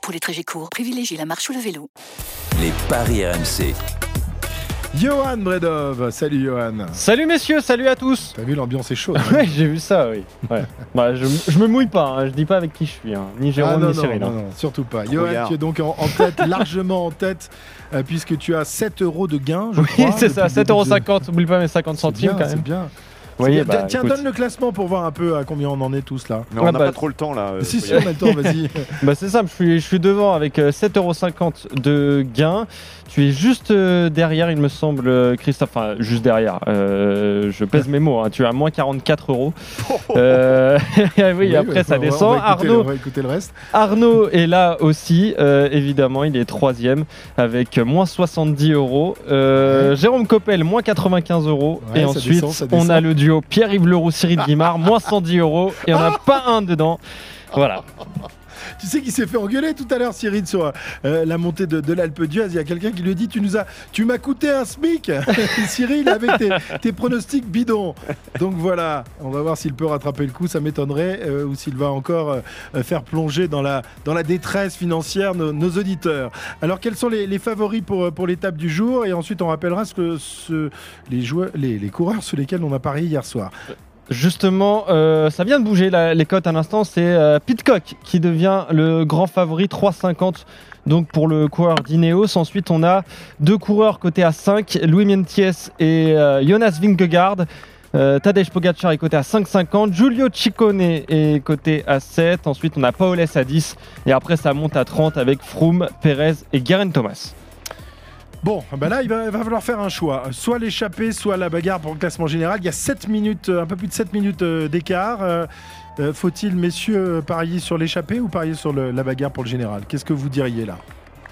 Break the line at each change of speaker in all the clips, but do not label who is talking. Pour les trajets courts, privilégiez la marche ou le vélo.
Les Paris RMC.
Johan Bredov, salut Johan. Ah,
Salut messieurs, salut à tous
T'as vu, l'ambiance est chaude.
Ouais, j'ai vu ça, oui. Ouais. Bah, je, je me mouille pas, hein, je dis pas avec qui je suis, hein. ni Jérôme
Ah non,
ni
non,
Cyril.
non,
hein.
non, surtout pas. Johan,
Brouillard.
tu es donc en, en tête, largement en tête, euh, puisque tu as 7 euros de gain, je
Oui,
crois.
c'est
depuis
ça,
le début de-
7,50€, oublie pas mes 50
C'est
centimes
bien,
quand
C'est
même.
bien.
Vous voyez,
C'est bien.
bah,
Tiens,
écoute.
donne le classement pour voir un peu à combien on en est tous là.
Mais
Ah
on n'a
bah-
pas trop le temps là. euh,
si,
faut y
si, on
aller.
a le temps, vas-y.
Bah, c'est simple, je suis, je suis devant avec euh, 7,50€ de gain. Tu es juste euh, derrière, il me semble, euh, Christophe. Enfin, juste derrière. euh, je pèse mes mots, hein, tu es à moins 44 euros. Euh, oui, après
bah,
ça
on va- on va
descend.
écouter le-
Arnaud,
On va écouter le reste.
Arnaud est là aussi, euh, évidemment, il est troisième avec euh, moins 70 euros. Euh, Jérôme Coppel, moins 95 euros.
Ouais,
et
ça
ensuite,
descend, ça
on a
descend.
le duo Pierre-Yves Leroux, Cyril Guimard, moins 110 euros. Et on
Ah
n'a pas un dedans. Voilà.
Tu sais qu'il s'est fait engueuler tout à l'heure, Cyril, sur euh, la montée de, de l'Alpe d'Huez. Il y a quelqu'un qui lui dit Tu nous as, tu m'as coûté un SMIC, Cyril, avec tes, tes pronostics bidons. Donc voilà, on va voir s'il peut rattraper le coup, ça m'étonnerait, euh, ou s'il va encore euh, euh, faire plonger dans la, dans la détresse financière nos, nos auditeurs. Alors, quels sont les, les favoris pour, euh, pour l'étape du jour Et ensuite, on rappellera ce que ce- les, joueurs, les, les coureurs sur lesquels on a parié hier soir.
Justement, euh, ça vient de bouger là, les cotes à l'instant. C'est euh, Pitcock qui devient le grand favori 3,50. Donc pour le coureur d'Ineos, ensuite on a deux coureurs côté à 5, Louis Mienties et euh, Jonas Vingegaard. Euh, Tadej Pogacar est coté à 5,50, Giulio Ciccone est coté à 7, ensuite on a Paoles à 10 et après ça monte à 30 avec Froome, Perez et Garen Thomas.
Bon, bah là, il va, il va falloir faire un choix. Soit l'échappée, soit la bagarre pour le classement général. Il y a 7 minutes, euh, un peu plus de 7 minutes euh, d'écart. Euh, euh, Faut-il, messieurs, euh, parier sur l'échappée ou parier sur le- la bagarre pour le général Qu'est-ce que vous diriez là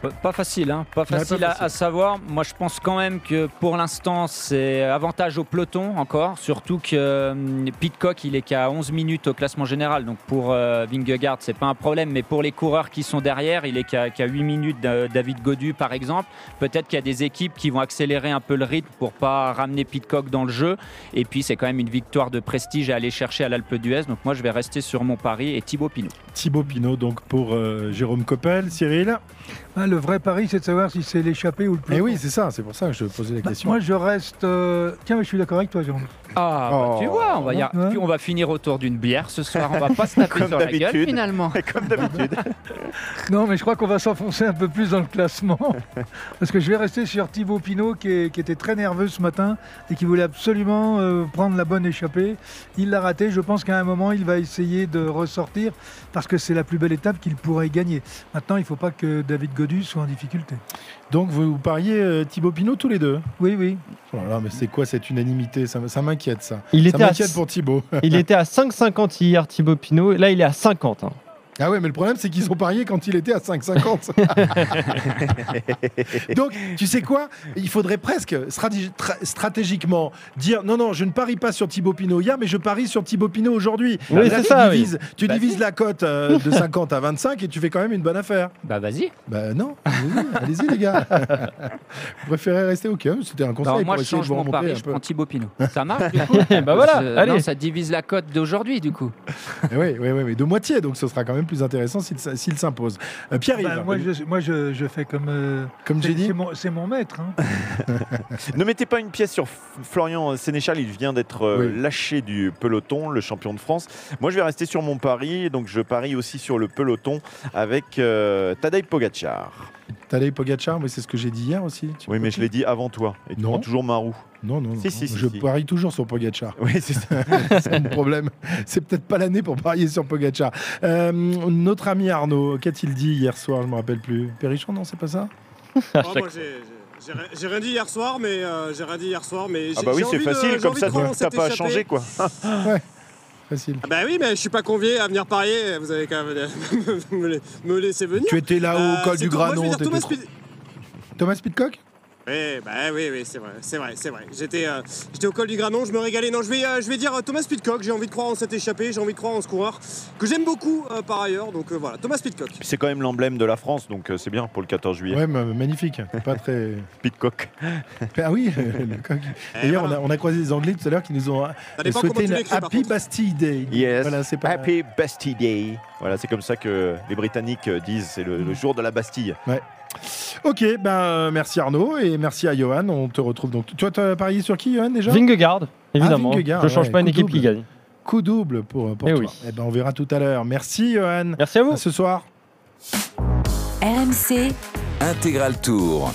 Pas- Pas facile, hein, pas
pas
facile, à-
facile.
À, savoir. Moi, je pense quand même que pour l'instant, c'est avantage au peloton encore, surtout que euh, Pitcock, il est qu'à 11 minutes au classement général. Donc pour euh, Vingegaard, c'est pas un problème, mais pour les coureurs qui sont derrière, il est qu'à qu'à 8 minutes de David Godu, par exemple. Peut-être qu'il y a des équipes qui vont accélérer un peu le rythme pour pas ramener Pitcock dans le jeu. Et puis, c'est quand même une victoire de prestige à aller chercher à l'Alpe d'Huez. Donc moi, je vais rester sur mon pari et Thibaut Pinot.
Thibaut Pinot, donc pour euh, Jérôme Coppel, Cyril
Ah, le vrai pari, c'est de savoir si c'est l'échappée ou le
Eh
peloton.
oui, c'est ça, c'est pour ça que je posais la
Bah,
question.
moi, je reste. euh, Tiens, mais je suis d'accord avec toi, Hein Jean.
Ah, bah,
Oh.
tu vois, on va, y ar-
Ouais.
puis on va finir autour d'une bière ce soir. On va pas se taper
Comme
sur la gueule
d'habitude.
finalement.
Comme d'habitude.
Non, mais je crois qu'on va s'enfoncer un peu plus dans le classement. parce que je vais rester sur Thibaut Pinot, qui, est- qui était très nerveux ce matin et qui voulait absolument euh, prendre la bonne échappée. Il l'a raté. Je pense qu'à un moment, il va essayer de ressortir parce que c'est la plus belle étape qu'il pourrait gagner. Maintenant, il ne faut pas que David Godu soit en difficulté.
Donc vous pariez euh, Thibaut Pinot tous les deux
Oui, oui.
Oh là là, mais c'est quoi cette unanimité Ça, m- ça m'inquiète, ça.
Il
ça
était à,
m'inquiète pour Thibaut.
il était à 5,50 hier Thibaut Pinot, là il est à 50. hein.
Ah ouais, mais le problème, c'est qu'ils ont parié quand il était à 5,50. Donc, tu sais quoi Il faudrait presque strati- tra- stratégiquement dire non, non, je ne parie pas sur Thibaut Pinot hier, mais je parie sur Thibaut Pinot aujourd'hui.
Oui,
Là,
c'est
tu
ça, oui.
Divises, Tu
Bah,
divises la cote euh, de 50 à 25 et tu fais quand même une bonne affaire.
Bah vas-y.
Ben non, allez-y, allez-y, les gars. Vous préférez rester au calme C'était un conseil
Non,
pour
Bah, moi je
essayer de
change
vous
mon
remonter
pari,
un
je
peu.
prends Thibaut Pinot. Ça marche du coup
bah voilà,
Euh,
allez.
non, ça divise la cote d'aujourd'hui du coup.
Oui, oui, oui, mais de moitié, donc ce sera quand même plus intéressant s'il s- s'il s'impose. Euh, Pierre-Yves,
Bah, moi, je, moi, je- je fais comme. euh,
comme j'ai
c'est
dit,
c'est mon, c'est mon maître. hein.
ne mettez pas une pièce sur F- Florian Sénéchal. Il vient d'être euh,
Oui.
lâché du peloton, le champion de France. Moi, je vais rester sur mon pari. Donc, je parie aussi sur le peloton avec euh, Tadej Pogacar.
Tadej Pogacar, mais c'est ce que j'ai dit hier aussi. tu-
Oui, mais je l'ai dit avant toi. Et tu
Non.
prends toujours Marou.
Non, non, non.
Si, si, si,
je
si.
parie toujours sur Pogacar.
Oui, c'est ça.
C'est mon problème. C'est peut-être pas l'année pour parier sur Pogacar. Euh, notre ami Arnaud, qu'a-t-il dit hier soir Je me rappelle plus. Perrichon, non, c'est pas ça
Ah, moi, j'ai- j'ai- j'ai rien- J'ai rien dit hier soir, mais euh, j'ai rien dit hier soir, mais
Ah
j'ai-
bah
j'ai
oui, c'est
envie de-
facile.
j'ai
Comme
envie
ça,
de prendre
tu- t'as
cette
pas à
échappée.
changer, quoi.
Facile.
Ah Bah oui, mais je suis pas convié à venir parier. Vous avez quand même me, la- me laisser venir.
étais là
Euh, c'est tout. Moi, je vais dire Thomas Pid-
Thomas Pitcock
Oui, bah oui, oui, c'est vrai, c'est vrai, c'est vrai. J'étais, euh, j'étais au col du Granon, je me régalais. Non, je vais, euh, je vais dire euh, Thomas Pitcock. J'ai envie de croire en cet échappé, j'ai envie de croire en ce coureur que j'aime beaucoup euh, par ailleurs. Donc euh, voilà, Thomas Pitcock.
Puis C'est quand même l'emblème de la France, donc euh, c'est bien pour le 14 juillet.
Ouais, m- magnifique. Pas très.
Pitcock.
Ah oui, le coq.
Eh,
D'ailleurs, on,
voilà.
a, on a croisé des Anglais tout à l'heure qui nous ont euh,
Ça dépend comment
souhaité
tu
une
l'écris, par
Happy
contre.
Bastille Day.
Yes.
Voilà, c'est pas.
Happy Bastille Day. Voilà, c'est comme ça que les Britanniques euh, disent, c'est le, le
Mm.
jour de la Bastille.
Ok, ben euh, merci Arnaud et merci à Johan. On te retrouve donc. Tu vois, t'as parié sur qui, Johan déjà
Vingegaard, évidemment.
Ah, Vingegaard,
je change
ouais,
pas une
coup
équipe qui
double.
gagne.
Coup double pour, pour
Eh
toi.
oui.
Eh ben, on verra tout à l'heure. Merci Johan.
Merci à vous.
À ce soir.
RMC,
Intégral Tour.